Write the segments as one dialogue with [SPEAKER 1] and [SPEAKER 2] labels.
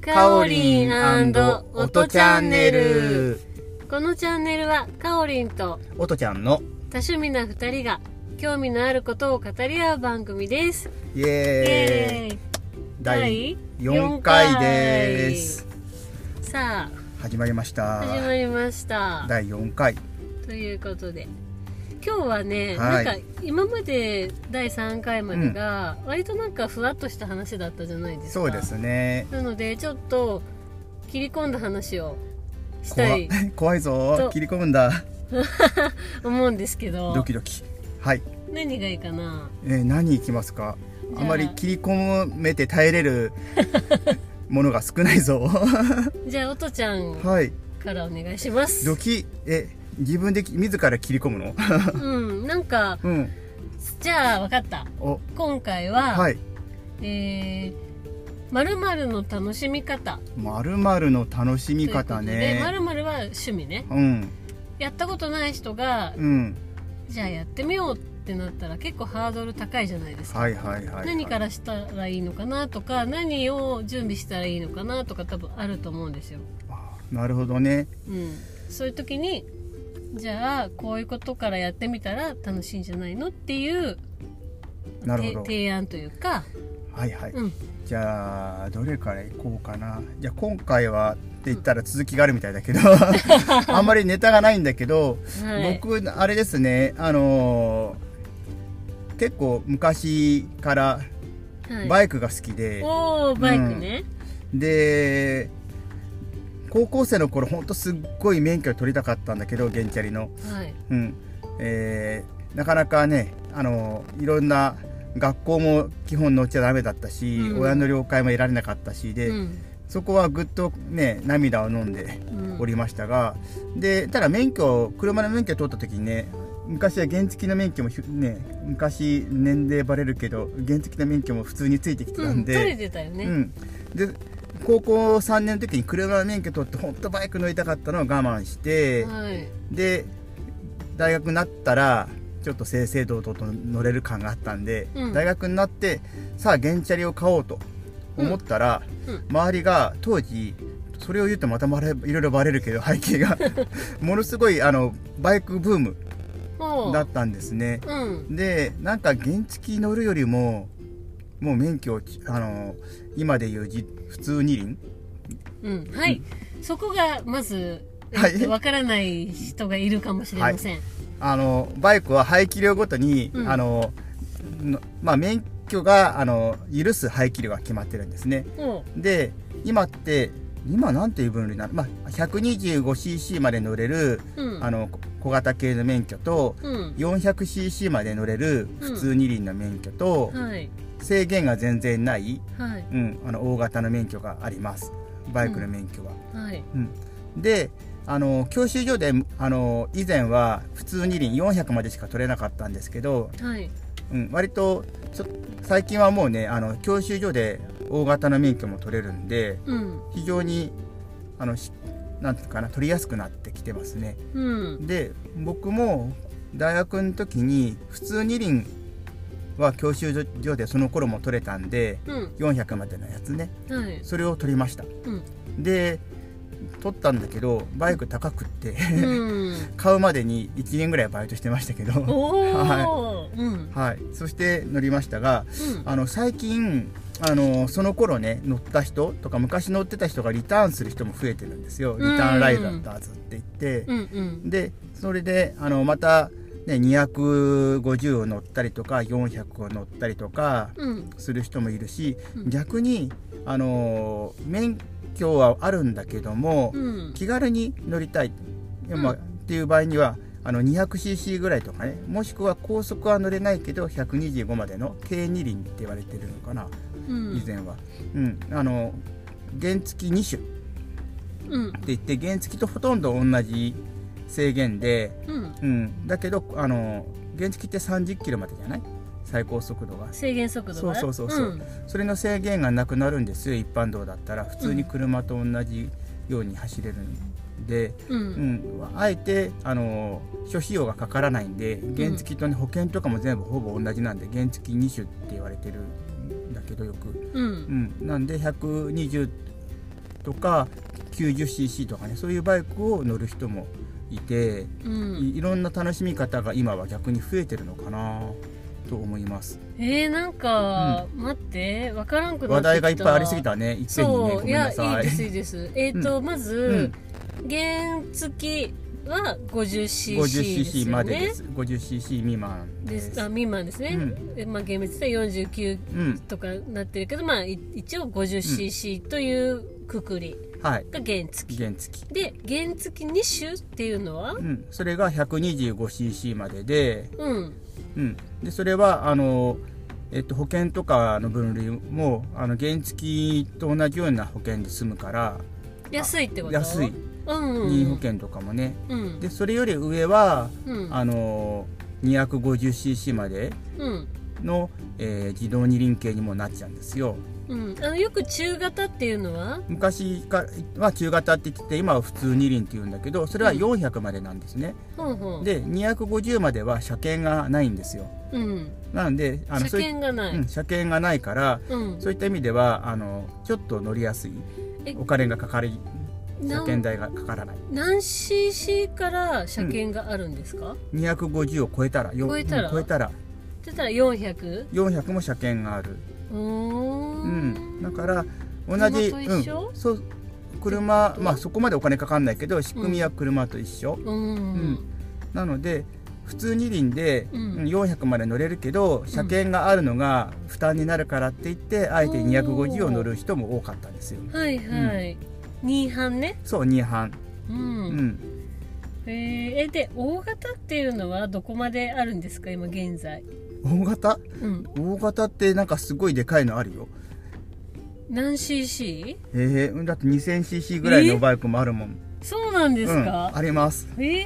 [SPEAKER 1] カオリンオトチャンネル
[SPEAKER 2] このチャンネルはカオリンと
[SPEAKER 1] オトちゃんの
[SPEAKER 2] 多趣味な2人が興味のあることを語り合う番組です
[SPEAKER 1] イエー
[SPEAKER 2] イ
[SPEAKER 1] イ
[SPEAKER 2] エーイ
[SPEAKER 1] 第
[SPEAKER 2] 第
[SPEAKER 1] 4回です
[SPEAKER 2] さ
[SPEAKER 1] 始まりまし
[SPEAKER 2] あ
[SPEAKER 1] た
[SPEAKER 2] 始まりました
[SPEAKER 1] 第4回
[SPEAKER 2] ということで今日はね、
[SPEAKER 1] はい
[SPEAKER 2] なんか今まで第3回までが割となんかふわっとした話だったじゃないですか
[SPEAKER 1] そうですね
[SPEAKER 2] なのでちょっと切り込んだ話をし
[SPEAKER 1] 怖
[SPEAKER 2] た
[SPEAKER 1] い
[SPEAKER 2] い
[SPEAKER 1] 怖いぞ
[SPEAKER 2] と
[SPEAKER 1] 切り込むんだ
[SPEAKER 2] 思うんですけど
[SPEAKER 1] ドキドキはい、
[SPEAKER 2] 何がいいかな
[SPEAKER 1] えー何いきますか
[SPEAKER 2] じゃあ
[SPEAKER 1] あまり切り込めて耐えれ るものが少ないぞ
[SPEAKER 2] じゃあ音ちゃん
[SPEAKER 1] はい
[SPEAKER 2] からお願いします
[SPEAKER 1] ドキえ自分で自ら切り込むの
[SPEAKER 2] うんなんか
[SPEAKER 1] うん
[SPEAKER 2] じゃあ分かった
[SPEAKER 1] お
[SPEAKER 2] 今回は、
[SPEAKER 1] はい
[SPEAKER 2] えまるまるの楽しみ方
[SPEAKER 1] まるまるの楽し
[SPEAKER 2] とい
[SPEAKER 1] み
[SPEAKER 2] うこと
[SPEAKER 1] 方
[SPEAKER 2] でま
[SPEAKER 1] ね
[SPEAKER 2] るまるは趣味ね
[SPEAKER 1] うん
[SPEAKER 2] やったことない人が
[SPEAKER 1] うん
[SPEAKER 2] じゃあやってみようってなったら結構ハードル高いじゃないですか、
[SPEAKER 1] はいはいはい
[SPEAKER 2] 何かららしたらいいのかなとか何を準備したらいいのかなとか多分あると思うんですよ、
[SPEAKER 1] なるほどね
[SPEAKER 2] うん、そういう時にじゃあこういうことからやってみたら楽しいんじゃないのっていう
[SPEAKER 1] なるほ
[SPEAKER 2] て
[SPEAKER 1] ど
[SPEAKER 2] 提案というか、
[SPEAKER 1] はいはい、
[SPEAKER 2] うん、
[SPEAKER 1] じゃあどれからいこうかなじゃあ今回はって言ったら続きがあるみたい だけどあんまりネタがないんだけど、
[SPEAKER 2] はい、
[SPEAKER 1] 僕あれですねあのー結構昔から
[SPEAKER 2] はい、
[SPEAKER 1] バイクが好きで、
[SPEAKER 2] おおバイクね、
[SPEAKER 1] で高校生の頃ほんとすっごい免許を取りたかったんだけど原チャリの、
[SPEAKER 2] はい
[SPEAKER 1] うんえーなかなかねあのいろんな学校も基本乗っちゃダメだったし、
[SPEAKER 2] うん
[SPEAKER 1] 親の了解も得られなかったしで、
[SPEAKER 2] うん
[SPEAKER 1] そこはぐっとね涙を飲んで
[SPEAKER 2] うん
[SPEAKER 1] おりましたがでただ免許を車の免許を取った時にね昔は原付の免許もひゅね昔年齢バレるけど原付の免許も普通についてきてた
[SPEAKER 2] うんん、取れ
[SPEAKER 1] で,、
[SPEAKER 2] てたよ
[SPEAKER 1] うん
[SPEAKER 2] ね、
[SPEAKER 1] で高校3年の時に車の免許取って本当バイク乗りたかったのを我慢して、
[SPEAKER 2] はい
[SPEAKER 1] で大学になったらちょっと正々堂々と乗れる感があったんで、
[SPEAKER 2] うん
[SPEAKER 1] 大学になってさあ原チャリを買おうと思ったら、
[SPEAKER 2] うんうん
[SPEAKER 1] 周りが当時それを言うとまたバレいろいろバレるけど背 景がものすごいあのバイクブーム
[SPEAKER 2] おう
[SPEAKER 1] だったんですね
[SPEAKER 2] うん
[SPEAKER 1] でなんか原付乗るよりももう免許をちあの今でいうじ普通二輪
[SPEAKER 2] うんはい、そこがまずえ
[SPEAKER 1] は
[SPEAKER 2] っ
[SPEAKER 1] い
[SPEAKER 2] とわからない人がいるかもしれません、
[SPEAKER 1] あのバイクは排気量ごとに、
[SPEAKER 2] うん
[SPEAKER 1] あののまあ、免許があの許す排気量が決まってるんですね
[SPEAKER 2] おう
[SPEAKER 1] で今って今なんていう分類なの、まあ、125cc まで乗れる、
[SPEAKER 2] うん
[SPEAKER 1] あのこ小型系の免許と
[SPEAKER 2] うん
[SPEAKER 1] 400cc まで乗れる普通二輪の免許と、
[SPEAKER 2] はい
[SPEAKER 1] 制限が全然ない、
[SPEAKER 2] はい
[SPEAKER 1] うん、あの大型の免許がありますバイクの免許は。
[SPEAKER 2] はい
[SPEAKER 1] であの教習所であの以前は普通二輪400までしか取れなかったんですけど、
[SPEAKER 2] はい
[SPEAKER 1] うん、割とちょ最近はもうねあの教習所で大型の免許も取れるんで
[SPEAKER 2] うん
[SPEAKER 1] 非常にあのしなんていうかな取りやすくなってきてますね
[SPEAKER 2] うん
[SPEAKER 1] で僕も大学の時に普通二輪は教習所でその頃も取れたんで
[SPEAKER 2] うん
[SPEAKER 1] 400までのやつね
[SPEAKER 2] はい
[SPEAKER 1] それを取りました
[SPEAKER 2] うん
[SPEAKER 1] で取ったんだけどバイク高くって
[SPEAKER 2] うん
[SPEAKER 1] 買うまでに1年ぐらいバイトしてましたけど、
[SPEAKER 2] おお、
[SPEAKER 1] は
[SPEAKER 2] うん
[SPEAKER 1] はい、そして乗りましたが
[SPEAKER 2] うん
[SPEAKER 1] あの最近あのその頃ね乗った人とか昔乗ってた人がリターンする人も増えてるんですよリターンライダーだズって言って
[SPEAKER 2] うんうん
[SPEAKER 1] でそれであのまた、ね、250を乗ったりとか400を乗ったりとか
[SPEAKER 2] うん
[SPEAKER 1] する人もいるし
[SPEAKER 2] うん
[SPEAKER 1] 逆にあの免許はあるんだけども
[SPEAKER 2] うん
[SPEAKER 1] 気軽に乗りたい、
[SPEAKER 2] うん
[SPEAKER 1] まあ、っていう場合にはあの 200cc ぐらいとかねもしくは高速は乗れないけど125までの軽二輪って言われてるのかな、
[SPEAKER 2] うん
[SPEAKER 1] 以前は、うん、あの原付2種っ
[SPEAKER 2] うん
[SPEAKER 1] て言って原付とほとんど同じ制限で、
[SPEAKER 2] うん
[SPEAKER 1] うん、だけどあの原付って30キロまでじゃない最高速度が
[SPEAKER 2] 制限速度が
[SPEAKER 1] そうそうそうそうそれの制限がなくなるんですよ一般道だったら普通に車と同じように走れるんで、
[SPEAKER 2] うんう
[SPEAKER 1] うんん、あえてあの諸費用がかからないんで原付と、ね、保険とかも全部ほぼ同じなんで原付2種って言われてるんだけどよく、
[SPEAKER 2] う
[SPEAKER 1] うんん、なんで120とか 90cc とかねそういうバイクを乗る人もいて、
[SPEAKER 2] うん、
[SPEAKER 1] いいろんな楽しみ方が今は逆に増えてるのかなと思います
[SPEAKER 2] えー、なんか、待ってわからんくなってきた
[SPEAKER 1] 話題がいっぱいありすぎたねいっぺんにね
[SPEAKER 2] そ
[SPEAKER 1] ご
[SPEAKER 2] うい
[SPEAKER 1] めん
[SPEAKER 2] や
[SPEAKER 1] ないさ
[SPEAKER 2] い
[SPEAKER 1] い
[SPEAKER 2] ですいいですえっ、と、まず、原付は 50cc です
[SPEAKER 1] 50cc
[SPEAKER 2] よ
[SPEAKER 1] まで
[SPEAKER 2] ね
[SPEAKER 1] です。50cc 未満
[SPEAKER 2] で
[SPEAKER 1] です。
[SPEAKER 2] あ未満ですね、
[SPEAKER 1] うん
[SPEAKER 2] でまあ、厳密では49
[SPEAKER 1] うん、
[SPEAKER 2] とかなってるけど、まあ、い一応 50cc というくくり
[SPEAKER 1] はい、
[SPEAKER 2] が原付
[SPEAKER 1] 原付。
[SPEAKER 2] で原付2種っていうのは
[SPEAKER 1] うん、それが 125cc までで、
[SPEAKER 2] うん
[SPEAKER 1] うん、でそれはあのえっと保険とかの分類もあの原付と同じような保険で済むから
[SPEAKER 2] 安いってこと
[SPEAKER 1] 安い
[SPEAKER 2] うんうん
[SPEAKER 1] 任意保険とかもね。
[SPEAKER 2] うん
[SPEAKER 1] でそれより上は
[SPEAKER 2] うん
[SPEAKER 1] あの 250cc まで
[SPEAKER 2] うん
[SPEAKER 1] の、えー自動二輪系にもなっちゃうんですよ。
[SPEAKER 2] うんあのよく中型っていうのは
[SPEAKER 1] 昔かは中型って言って今は普通二輪って言うんだけどそれは
[SPEAKER 2] うん
[SPEAKER 1] 400までなんですね、
[SPEAKER 2] ほうほう
[SPEAKER 1] で250までは車検がないんですよ
[SPEAKER 2] うん、
[SPEAKER 1] なんであの
[SPEAKER 2] 車検がな
[SPEAKER 1] そう
[SPEAKER 2] い、
[SPEAKER 1] いうん、車検がないから
[SPEAKER 2] うん
[SPEAKER 1] そういった意味ではあのちょっと乗りやすい
[SPEAKER 2] え
[SPEAKER 1] お金がかかり車
[SPEAKER 2] なん
[SPEAKER 1] 検代がかからない
[SPEAKER 2] 何 cc から車検があるんですか、
[SPEAKER 1] 250を超えたらよ
[SPEAKER 2] 超えたら
[SPEAKER 1] うん超えたら
[SPEAKER 2] って言ったら 400?
[SPEAKER 1] 400も車検がある、
[SPEAKER 2] うーん
[SPEAKER 1] うん、だから同
[SPEAKER 2] 車
[SPEAKER 1] じ、
[SPEAKER 2] と一緒
[SPEAKER 1] うん、そう車まあそこまでお金かかんないけど仕組みは車と一緒、
[SPEAKER 2] うん
[SPEAKER 1] うんなので普通二輪で
[SPEAKER 2] うん
[SPEAKER 1] うん400まで乗れるけど車検があるのが負担になるからって言ってあえて250を乗る人も多かったんですよ。
[SPEAKER 2] はいはい、二班ね
[SPEAKER 1] そう2班、
[SPEAKER 2] う、
[SPEAKER 1] うんん、
[SPEAKER 2] えー、で大型っていうのはどこまであるんですか今現在、
[SPEAKER 1] 大型
[SPEAKER 2] うん、
[SPEAKER 1] 大型ってなんかすごいでかいのあるよ。
[SPEAKER 2] 何 cc?
[SPEAKER 1] えー、だって 2000cc ぐらいのバイクもあるもん。
[SPEAKER 2] そうなんです
[SPEAKER 1] うん、
[SPEAKER 2] か、
[SPEAKER 1] あります。
[SPEAKER 2] えー、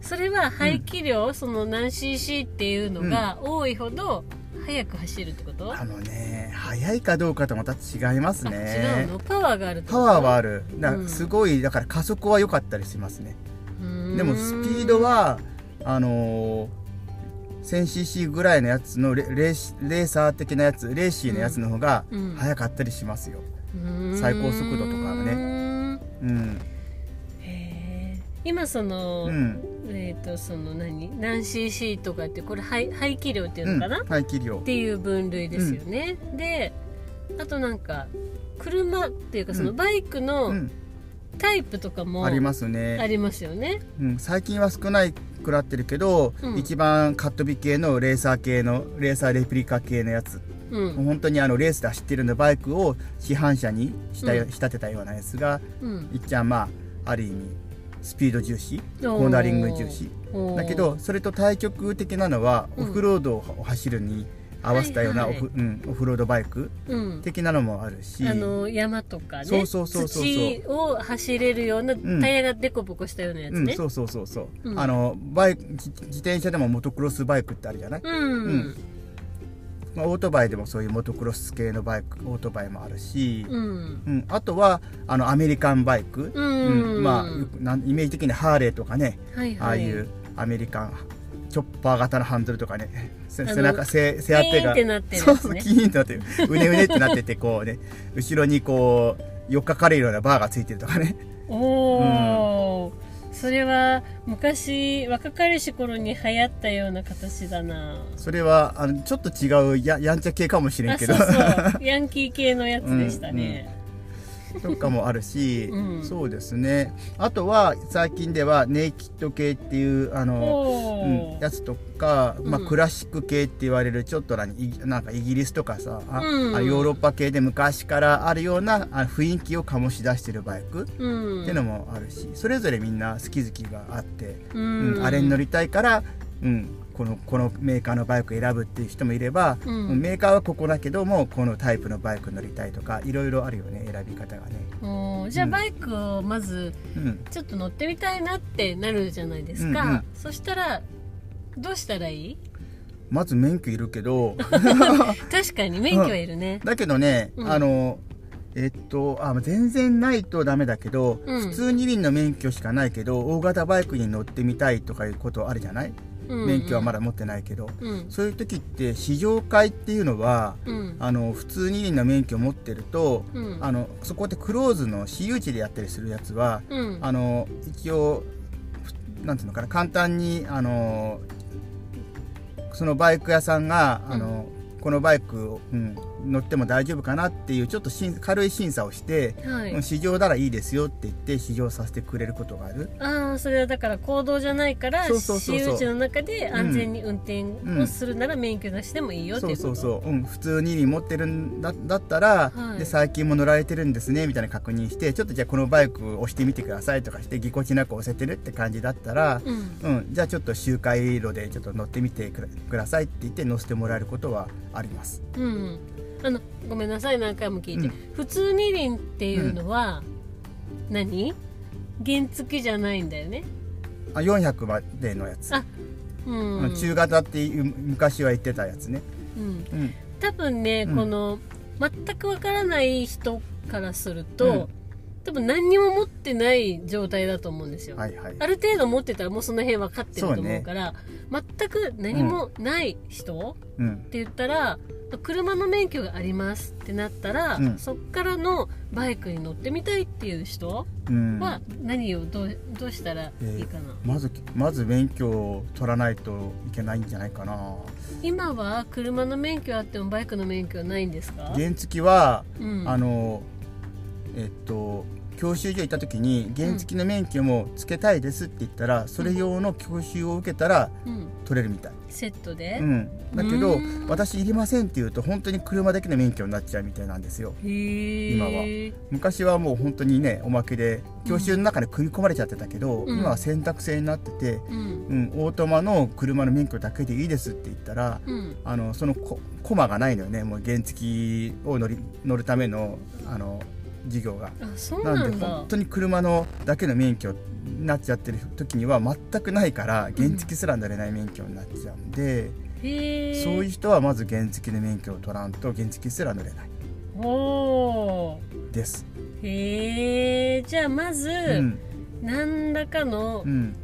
[SPEAKER 2] それは排気量、その何 cc っていうのが多いほど速く走るってこと、
[SPEAKER 1] あのね速いかどうかとまた違います
[SPEAKER 2] あ違う
[SPEAKER 1] ね。
[SPEAKER 2] のパワーがあるってこ
[SPEAKER 1] パ
[SPEAKER 2] と
[SPEAKER 1] ワーはある。だか
[SPEAKER 2] うん
[SPEAKER 1] らすごいだから加速は良かったりしますね。
[SPEAKER 2] うーん
[SPEAKER 1] でもスピードはあのー 1000cc ぐらいのやつのレレーシレーサー的なやつレーシーのやつの方が
[SPEAKER 2] うん
[SPEAKER 1] 速かったりしますよ、
[SPEAKER 2] うーん
[SPEAKER 1] 最高速度とかはねうん
[SPEAKER 2] へー今その、
[SPEAKER 1] うん
[SPEAKER 2] えっ、とその何何 cc とかってこれ排排気量っていううの
[SPEAKER 1] ん
[SPEAKER 2] かな、
[SPEAKER 1] 排気量
[SPEAKER 2] っていう分類ですよね、であとなんか車っていうかその
[SPEAKER 1] うん
[SPEAKER 2] バイク
[SPEAKER 1] う
[SPEAKER 2] の
[SPEAKER 1] ん、
[SPEAKER 2] タイプとかも
[SPEAKER 1] あ
[SPEAKER 2] あ
[SPEAKER 1] り
[SPEAKER 2] りま
[SPEAKER 1] ますね、
[SPEAKER 2] すよね、
[SPEAKER 1] うん、最近は少ないくなってるけど、
[SPEAKER 2] うん
[SPEAKER 1] 一番カットビ系のレーサー系のレーサーレプリカ系のやつ、
[SPEAKER 2] う
[SPEAKER 1] もうん本当にあのレースで走ってるようなバイクを市販車にした
[SPEAKER 2] う
[SPEAKER 1] 仕
[SPEAKER 2] ん
[SPEAKER 1] 立てたようなやつが、
[SPEAKER 2] うん、
[SPEAKER 1] いっちゃんまあある意味スピード重視コーナリング重視
[SPEAKER 2] おー
[SPEAKER 1] だけどそれと対極的なのは
[SPEAKER 2] う
[SPEAKER 1] オ
[SPEAKER 2] ん
[SPEAKER 1] フロードを走るに合わせたような
[SPEAKER 2] は
[SPEAKER 1] オ
[SPEAKER 2] いはい
[SPEAKER 1] フ,、うん、オフロードバイク
[SPEAKER 2] うん、
[SPEAKER 1] 的なのもあるし、
[SPEAKER 2] あの山とかね
[SPEAKER 1] そうそうそうそうそう
[SPEAKER 2] 土を走れるような
[SPEAKER 1] うん
[SPEAKER 2] タイヤがデコボコしたようなやつ
[SPEAKER 1] うん、
[SPEAKER 2] ね
[SPEAKER 1] そうそうそうそう、
[SPEAKER 2] うん
[SPEAKER 1] あのバイク自自転車でもモトクロスバイクってあるじゃない、
[SPEAKER 2] うん、うん
[SPEAKER 1] まあオートバイでもそういうモトクロス系のバイクオートバイもあるし、
[SPEAKER 2] うん
[SPEAKER 1] うんあとはあのアメリカンバイク、
[SPEAKER 2] うん
[SPEAKER 1] まあよくなんイメージ的にハーレーとかね
[SPEAKER 2] はい
[SPEAKER 1] ああ
[SPEAKER 2] はい
[SPEAKER 1] いうアメリカンチョッパー型のハンドルとかねせ
[SPEAKER 2] あの
[SPEAKER 1] 背中背背当
[SPEAKER 2] ピ
[SPEAKER 1] て
[SPEAKER 2] ーン
[SPEAKER 1] が
[SPEAKER 2] ってなってる
[SPEAKER 1] そ
[SPEAKER 2] や
[SPEAKER 1] う
[SPEAKER 2] つ
[SPEAKER 1] そう
[SPEAKER 2] ね
[SPEAKER 1] キーンってなってるうねうねってなっててこうね後ろにこうよっかかれるようなバーがついてるとかね
[SPEAKER 2] おお、それは昔若かりし頃に流行ったような形だな
[SPEAKER 1] それはあのちょっと違うややんちゃ系かもしれん
[SPEAKER 2] あ
[SPEAKER 1] け
[SPEAKER 2] そ
[SPEAKER 1] ど
[SPEAKER 2] うそうヤンキー系のやつでしたね、
[SPEAKER 1] とかもあるし、
[SPEAKER 2] うん
[SPEAKER 1] そうですねあとは最近ではネイキッド系っていうあの、
[SPEAKER 2] お
[SPEAKER 1] うん
[SPEAKER 2] お、
[SPEAKER 1] やつとか、まあ、
[SPEAKER 2] うん
[SPEAKER 1] クラシック系って言われるちょっと何イギなんかイギリスとかさあ、
[SPEAKER 2] うん
[SPEAKER 1] あヨーロッパ系で昔からあるようなあ雰囲気を醸し出してるバイクっ
[SPEAKER 2] うん
[SPEAKER 1] ていうのもあるしそれぞれみんな好き好きがあって。
[SPEAKER 2] う
[SPEAKER 1] うん
[SPEAKER 2] ん
[SPEAKER 1] あれに乗りたいから、うん、このこのメーカーのバイク選ぶっていう人もいれば、
[SPEAKER 2] うん
[SPEAKER 1] うんメーカーはここだけどもこのタイプのバイク乗りたいとかいろいろあるよね選び方がね。
[SPEAKER 2] おーじゃあ
[SPEAKER 1] うん
[SPEAKER 2] バイクをまず
[SPEAKER 1] うん
[SPEAKER 2] ちょっと乗ってみたいなってなるじゃないですか、
[SPEAKER 1] うんうん
[SPEAKER 2] そしたらどうしたらいい
[SPEAKER 1] まず免許いる けど
[SPEAKER 2] 確かに免許はいるね、
[SPEAKER 1] だけどね、
[SPEAKER 2] うん
[SPEAKER 1] あのえっとあ全然ないとダメだけど、
[SPEAKER 2] うん
[SPEAKER 1] 普通二輪の免許しかないけど大型バイクに乗ってみたいとかいうことあるじゃない、
[SPEAKER 2] うん
[SPEAKER 1] 免許はまだ持ってないけど、
[SPEAKER 2] うん
[SPEAKER 1] そういう時って試乗会っていうのは
[SPEAKER 2] うん
[SPEAKER 1] あの普通にの免許を持ってると、
[SPEAKER 2] うん
[SPEAKER 1] あのそこでクローズの私有地でやったりするやつは
[SPEAKER 2] うん
[SPEAKER 1] あの一応ふなんていうのかな簡単にあのそのバイク屋さんがあの、このバイクを、うん、乗っても大丈夫かなっていうちょっとしん軽い審査をして、
[SPEAKER 2] は
[SPEAKER 1] うん
[SPEAKER 2] い
[SPEAKER 1] 試乗ならいいですよって言って試乗させてくれることがある。
[SPEAKER 2] ああそれはだから行動じゃないから
[SPEAKER 1] そうそうそう
[SPEAKER 2] 私
[SPEAKER 1] そう
[SPEAKER 2] 有地の中で安全に運転
[SPEAKER 1] ん
[SPEAKER 2] をするなら免許出してもいいよっていう
[SPEAKER 1] そ
[SPEAKER 2] うこと
[SPEAKER 1] そうそう、うん、普通に持ってるんだだったら、
[SPEAKER 2] はい
[SPEAKER 1] で最近も乗られてるんですねみたいな確認してちょっとじゃあこのバイク押してみてくださいとかしてぎこちなく押せてるって感じだったら、
[SPEAKER 2] うん
[SPEAKER 1] うん、じゃあちょっと周回路でちょっと乗ってみてくだくださいって言って乗せてもらえることはあります。
[SPEAKER 2] うんあのごめんなさい何回も聞いて、
[SPEAKER 1] うん
[SPEAKER 2] 普通二輪っていうのは、何原付じゃないんだよね
[SPEAKER 1] あ400までのやつ、
[SPEAKER 2] あうん、
[SPEAKER 1] うん中型っていう昔は言ってたやつね。
[SPEAKER 2] うん
[SPEAKER 1] うん
[SPEAKER 2] 多分ね、
[SPEAKER 1] うん
[SPEAKER 2] この全くわからない人からすると、
[SPEAKER 1] うん
[SPEAKER 2] 多分何にも持ってない状態だと思うんですよ、
[SPEAKER 1] はいはい
[SPEAKER 2] ある程度持ってたらもうその辺分かってると
[SPEAKER 1] そう
[SPEAKER 2] 思う
[SPEAKER 1] ね
[SPEAKER 2] から全く何もない人、って
[SPEAKER 1] うん
[SPEAKER 2] 言ったら車の免許がありますってなったら、
[SPEAKER 1] うん
[SPEAKER 2] そっからのバイクに乗ってみたいっていう人
[SPEAKER 1] うん
[SPEAKER 2] は何をどうどうしたらいいかな、
[SPEAKER 1] まずまず免許を取らないといけないんじゃないかな
[SPEAKER 2] 今は車の免許あってもバイクの免許はないんですか、
[SPEAKER 1] 原付は
[SPEAKER 2] うん、
[SPEAKER 1] あのえっと教習所行った時に原付の免許もつけたいですって言ったら、それ用の教習を受けたら
[SPEAKER 2] うん、
[SPEAKER 1] 取れるみたい、
[SPEAKER 2] セットで、
[SPEAKER 1] うん、だけど
[SPEAKER 2] うん
[SPEAKER 1] 私いりませんって言うと本当に車だけの免許になっちゃうみたいなんですよ
[SPEAKER 2] へー
[SPEAKER 1] 今は昔はもう本当にねおまけで教習の中で組み込まれちゃってたけど、
[SPEAKER 2] うん
[SPEAKER 1] 今は選択制になってて、
[SPEAKER 2] うん
[SPEAKER 1] うん、オートマの車の免許だけでいいですって言ったら
[SPEAKER 2] うん
[SPEAKER 1] あのそのココマがないのよねもう原付を乗り乗るためのあの授業が。
[SPEAKER 2] あそう
[SPEAKER 1] な
[SPEAKER 2] なん
[SPEAKER 1] で
[SPEAKER 2] んだ
[SPEAKER 1] 本当に車のだけの免許になっちゃってる時には全くないから原付すら乗れない免許になっちゃうんで、
[SPEAKER 2] へえ
[SPEAKER 1] そういう人はまず原付の免許を取らんと原付すら乗れない
[SPEAKER 2] お
[SPEAKER 1] です。
[SPEAKER 2] ーへえじゃあまず、
[SPEAKER 1] うん、
[SPEAKER 2] 何らかの
[SPEAKER 1] うん、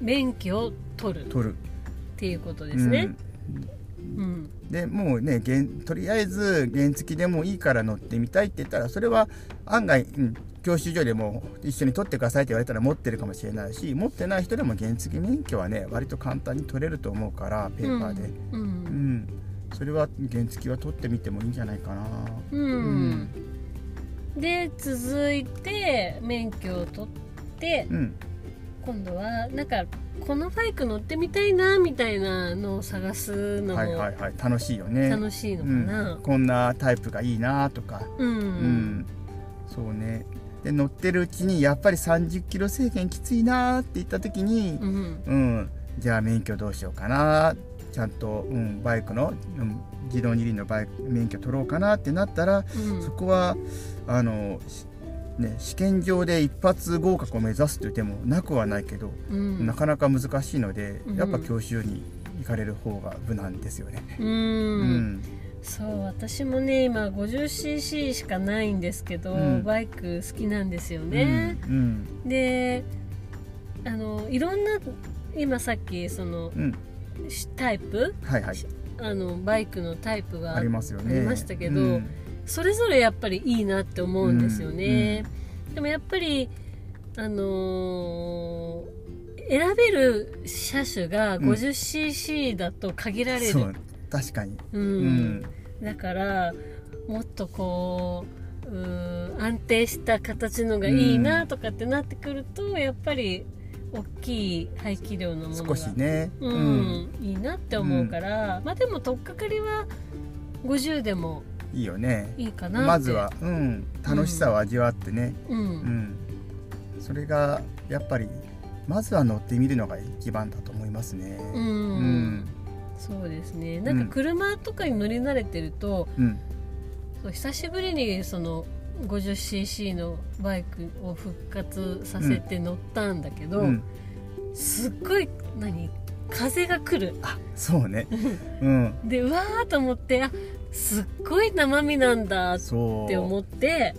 [SPEAKER 2] 免許を取るっ
[SPEAKER 1] 取る。
[SPEAKER 2] ていうことですねうん
[SPEAKER 1] うんでもうね原とりあえず原付でもいいから乗ってみたいって言ったらそれは案外、うん、教習所でも一緒に取ってくださいって言われたら持ってるかもしれないし持ってない人でも原付免許はね割と簡単に取れると思うからペーパーで、
[SPEAKER 2] う
[SPEAKER 1] うん
[SPEAKER 2] ん
[SPEAKER 1] それは原付は取ってみてもいいんじゃないかな。
[SPEAKER 2] うん、
[SPEAKER 1] うん
[SPEAKER 2] で続いて免許を取って
[SPEAKER 1] うん、
[SPEAKER 2] 今度はなんかこのバイク乗ってみたいなみたいなのを探すの
[SPEAKER 1] はいは
[SPEAKER 2] も
[SPEAKER 1] いはい楽しいよね。
[SPEAKER 2] 楽しいのか
[SPEAKER 1] う、
[SPEAKER 2] なん
[SPEAKER 1] こんなタイプがいいなとか
[SPEAKER 2] うんう
[SPEAKER 1] うんん、そうねで乗ってるうちにやっぱり30キロ制限きついなーって言った時に
[SPEAKER 2] う、ん
[SPEAKER 1] うんじゃあ免許どうしようかなちゃんと、うん、バイクの、うん、自動二輪のバイク免許取ろうかなってなったら
[SPEAKER 2] うん
[SPEAKER 1] そこはあの、しね、試験場で一発合格を目指すという手もなくはないけど、
[SPEAKER 2] うん
[SPEAKER 1] なかなか難しいので
[SPEAKER 2] うん
[SPEAKER 1] やっぱ教習に行かれる方が無難ですよね。
[SPEAKER 2] う
[SPEAKER 1] うんん
[SPEAKER 2] そう私もね今 50cc しかないんですけど、
[SPEAKER 1] うん
[SPEAKER 2] バイク好きなんですよね、
[SPEAKER 1] うん
[SPEAKER 2] であのいろんな今さっきその
[SPEAKER 1] うん、
[SPEAKER 2] しタイプ
[SPEAKER 1] はいはい
[SPEAKER 2] あのバイクのタイプが
[SPEAKER 1] ありますよね。
[SPEAKER 2] ありましたけど
[SPEAKER 1] うん
[SPEAKER 2] それぞれやっぱりいいなって思うんですよね、でもやっぱりあのー選べる車種が 50cc だと限られる、
[SPEAKER 1] そう確かに、うん
[SPEAKER 2] うん、だからもっとこううー安定した形のがいいなとかってなってくると、やっぱり大きい排気量のものが
[SPEAKER 1] 少しね、
[SPEAKER 2] うんいいなって思うから、まあでも取っかかりは50でも
[SPEAKER 1] いいよね
[SPEAKER 2] いいかなって
[SPEAKER 1] まずは、うん、楽しさを味わってね、
[SPEAKER 2] う
[SPEAKER 1] うん
[SPEAKER 2] ん、
[SPEAKER 1] それがやっぱりまずは乗ってみるのが一番だと思いますね。
[SPEAKER 2] うん
[SPEAKER 1] うん
[SPEAKER 2] そうですねなんか車とかに乗り慣れてると、
[SPEAKER 1] うん
[SPEAKER 2] そう久しぶりにその 50cc のバイクを復活させて乗ったんだけど、
[SPEAKER 1] うん
[SPEAKER 2] すっごい何風が来る
[SPEAKER 1] あそ うね、うん、
[SPEAKER 2] でうわーと思ってあすっごい生身なんだっ
[SPEAKER 1] そう
[SPEAKER 2] て思って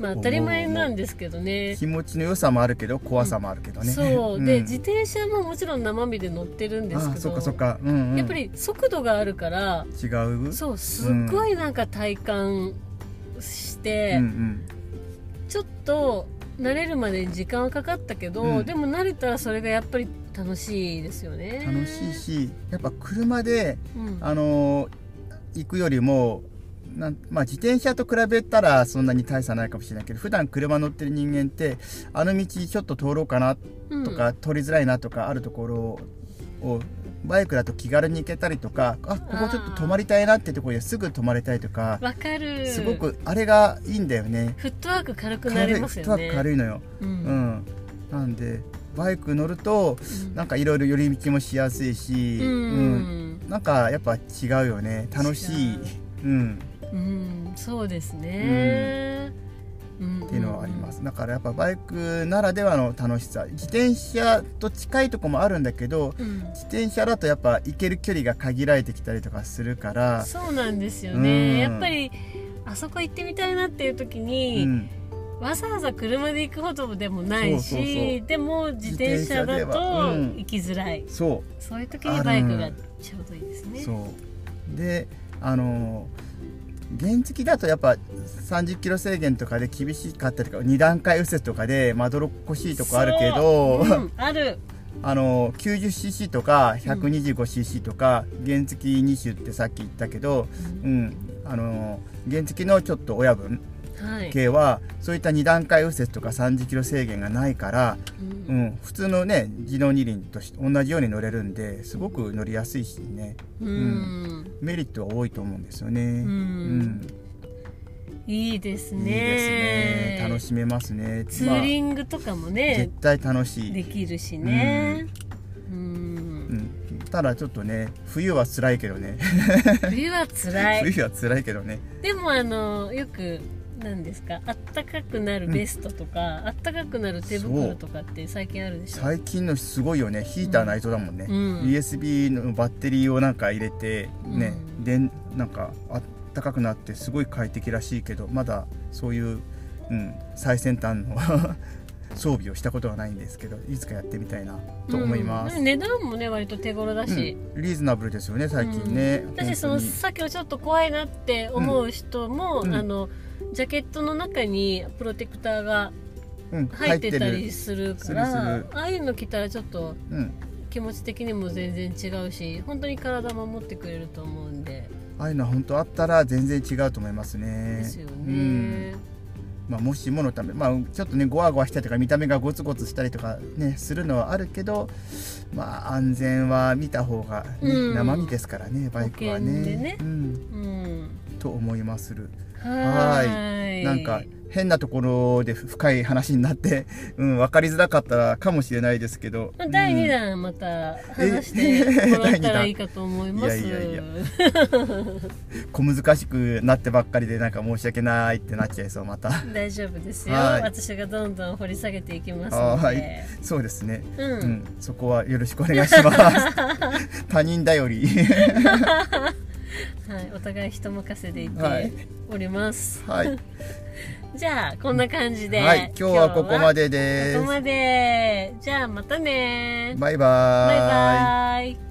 [SPEAKER 2] まあ当たり前なんですけどね
[SPEAKER 1] 気持ちの良さもあるけど怖さもあるけどね、
[SPEAKER 2] そう、
[SPEAKER 1] ん
[SPEAKER 2] で自転車ももちろん生身で乗ってるんです
[SPEAKER 1] あ
[SPEAKER 2] け
[SPEAKER 1] そっ
[SPEAKER 2] ど
[SPEAKER 1] かそっか、うんうん
[SPEAKER 2] やっぱり速度があるから
[SPEAKER 1] 違う
[SPEAKER 2] そうすっごいなんか体感して、
[SPEAKER 1] うん
[SPEAKER 2] ちょっと慣れるまでに時間はかかったけど、
[SPEAKER 1] うん
[SPEAKER 2] でも慣れたらそれがやっぱり楽しいですよね
[SPEAKER 1] うん、楽しい、しやっぱ車で、
[SPEAKER 2] うん、
[SPEAKER 1] あの行くよりもなんまあ、自転車と比べたらそんなに大差ないかもしれないけど普段車乗ってる人間ってあの道ちょっと通ろうかな
[SPEAKER 2] うん
[SPEAKER 1] とか、通りづらいなとかあるところをバイクだと気軽に行けたりとかあここちょっと泊まりたいなってところですぐ泊まれたりとか
[SPEAKER 2] わかる
[SPEAKER 1] すごくあれがいいんだよね。
[SPEAKER 2] フットワーク軽くな
[SPEAKER 1] 軽
[SPEAKER 2] り
[SPEAKER 1] い
[SPEAKER 2] ま
[SPEAKER 1] フ
[SPEAKER 2] す
[SPEAKER 1] ッ
[SPEAKER 2] よね
[SPEAKER 1] トワーク軽いのよ。
[SPEAKER 2] う
[SPEAKER 1] うんん、なんでバイク乗ると
[SPEAKER 2] うん
[SPEAKER 1] なんかいろいろ寄り道もしやすいし、
[SPEAKER 2] うん
[SPEAKER 1] うんなんかやっぱ違うよね楽しい、うん、
[SPEAKER 2] うんそうですね、うん
[SPEAKER 1] っていうのはありますだからやっぱバイクならではの楽しさ自転車と近いとこもあるんだけど
[SPEAKER 2] うん
[SPEAKER 1] 自転車だとやっぱ行ける距離が限られてきたりとかするから、
[SPEAKER 2] そうなんですよね、
[SPEAKER 1] うん
[SPEAKER 2] やっぱりあそこ行ってみたいなっていう時
[SPEAKER 1] う
[SPEAKER 2] に、
[SPEAKER 1] ん、
[SPEAKER 2] わざわざ車で行くほどでもないし
[SPEAKER 1] そうそうそ
[SPEAKER 2] でも自転車だ
[SPEAKER 1] 自転車で
[SPEAKER 2] と
[SPEAKER 1] はうん
[SPEAKER 2] 行きづらい、
[SPEAKER 1] そ
[SPEAKER 2] そういう時にバイクがちょうどいいです
[SPEAKER 1] う
[SPEAKER 2] ね
[SPEAKER 1] そうであの原付だとやっぱ30キロ制限とかで厳しかったりとか2段階右折とかでまどろっこしいとこあるけど、
[SPEAKER 2] そううんある
[SPEAKER 1] あの 90cc とか 125cc とか原付2種ってさっき言ったけど、うん、あの原付のちょっと親分
[SPEAKER 2] はい、
[SPEAKER 1] 系はそういった2段階右折とか 30km 制限がないから、
[SPEAKER 2] う
[SPEAKER 1] うんん、普通のね自動二輪とし同じように乗れるんですごく乗りやすいしね
[SPEAKER 2] うん
[SPEAKER 1] メリットは多いと思うんですよね。
[SPEAKER 2] うん
[SPEAKER 1] うん
[SPEAKER 2] いいです
[SPEAKER 1] い
[SPEAKER 2] ね
[SPEAKER 1] いですね楽しめますね
[SPEAKER 2] ツーリングとかも
[SPEAKER 1] まあ、絶
[SPEAKER 2] ね、
[SPEAKER 1] 対楽しい
[SPEAKER 2] できるしねうん
[SPEAKER 1] うん、ただちょっとね冬は辛いけどね
[SPEAKER 2] 冬は辛い
[SPEAKER 1] 冬は辛いけどね
[SPEAKER 2] でもあのよく何ですかあったかくなるベストとか、あったかくなる手袋とかって最近あるでしょ
[SPEAKER 1] 最近のすごいよねヒーターないとだもんね、
[SPEAKER 2] うん
[SPEAKER 1] USB のバッテリーをなんか入れてね、
[SPEAKER 2] うん
[SPEAKER 1] でんなんかあったかくなってすごい快適らしいけどまだそういう、うん、最先端の 装備をしたことはないんですけどいつかやってみたいなと思います、
[SPEAKER 2] う
[SPEAKER 1] うんん
[SPEAKER 2] 値段もね割と手頃だし、
[SPEAKER 1] リーズナブルですよね最近ね、
[SPEAKER 2] うん
[SPEAKER 1] 本当
[SPEAKER 2] だし
[SPEAKER 1] に
[SPEAKER 2] そのさっきのちょっと怖いなって思う人も、
[SPEAKER 1] うんうん
[SPEAKER 2] あのジャケットの中にプロテクターが
[SPEAKER 1] うん
[SPEAKER 2] 入ってた
[SPEAKER 1] 入
[SPEAKER 2] り
[SPEAKER 1] る
[SPEAKER 2] するから
[SPEAKER 1] するする
[SPEAKER 2] ああいうの着たらちょっと
[SPEAKER 1] うん、
[SPEAKER 2] 気持ち的にも全然違うし本当に体守ってくれると思うんで、
[SPEAKER 1] ああいうのは本当あったら全然違うと思いますね
[SPEAKER 2] ですよ
[SPEAKER 1] うん
[SPEAKER 2] ね、
[SPEAKER 1] まあ、もしものため、まあ、ちょっとねゴワゴワしたりとか見た目がゴツゴツしたりとかねするのはあるけど、まあ、安全は見た方が、ね
[SPEAKER 2] うん
[SPEAKER 1] 生身ですからねバイク
[SPEAKER 2] 保
[SPEAKER 1] は
[SPEAKER 2] 険で
[SPEAKER 1] ね
[SPEAKER 2] ね
[SPEAKER 1] うん、
[SPEAKER 2] うん
[SPEAKER 1] と思いまする、
[SPEAKER 2] は
[SPEAKER 1] は
[SPEAKER 2] ーい
[SPEAKER 1] なんか変なところで深い話になって、 うん、分かりづらかったかもしれないですけど、
[SPEAKER 2] まあ第2
[SPEAKER 1] うん
[SPEAKER 2] 弾また話 してもらったらいいかと思います
[SPEAKER 1] いやいやいや小難しくなってばっかりでなんか申し訳ないってなっちゃいそうま た
[SPEAKER 2] 大丈夫ですよ
[SPEAKER 1] はい
[SPEAKER 2] 私がどんどん掘り下げていきますの
[SPEAKER 1] は
[SPEAKER 2] で
[SPEAKER 1] いそうですね、
[SPEAKER 2] うん
[SPEAKER 1] うんそこはよろしくお願いします 他人頼り
[SPEAKER 2] はい、お互い人任せでい
[SPEAKER 1] はい
[SPEAKER 2] ております、
[SPEAKER 1] はい
[SPEAKER 2] じゃあこんな感じで、
[SPEAKER 1] はい、今日はここま
[SPEAKER 2] で
[SPEAKER 1] でです
[SPEAKER 2] ここ。までじゃあまたね
[SPEAKER 1] バイバーイ。
[SPEAKER 2] バイバイ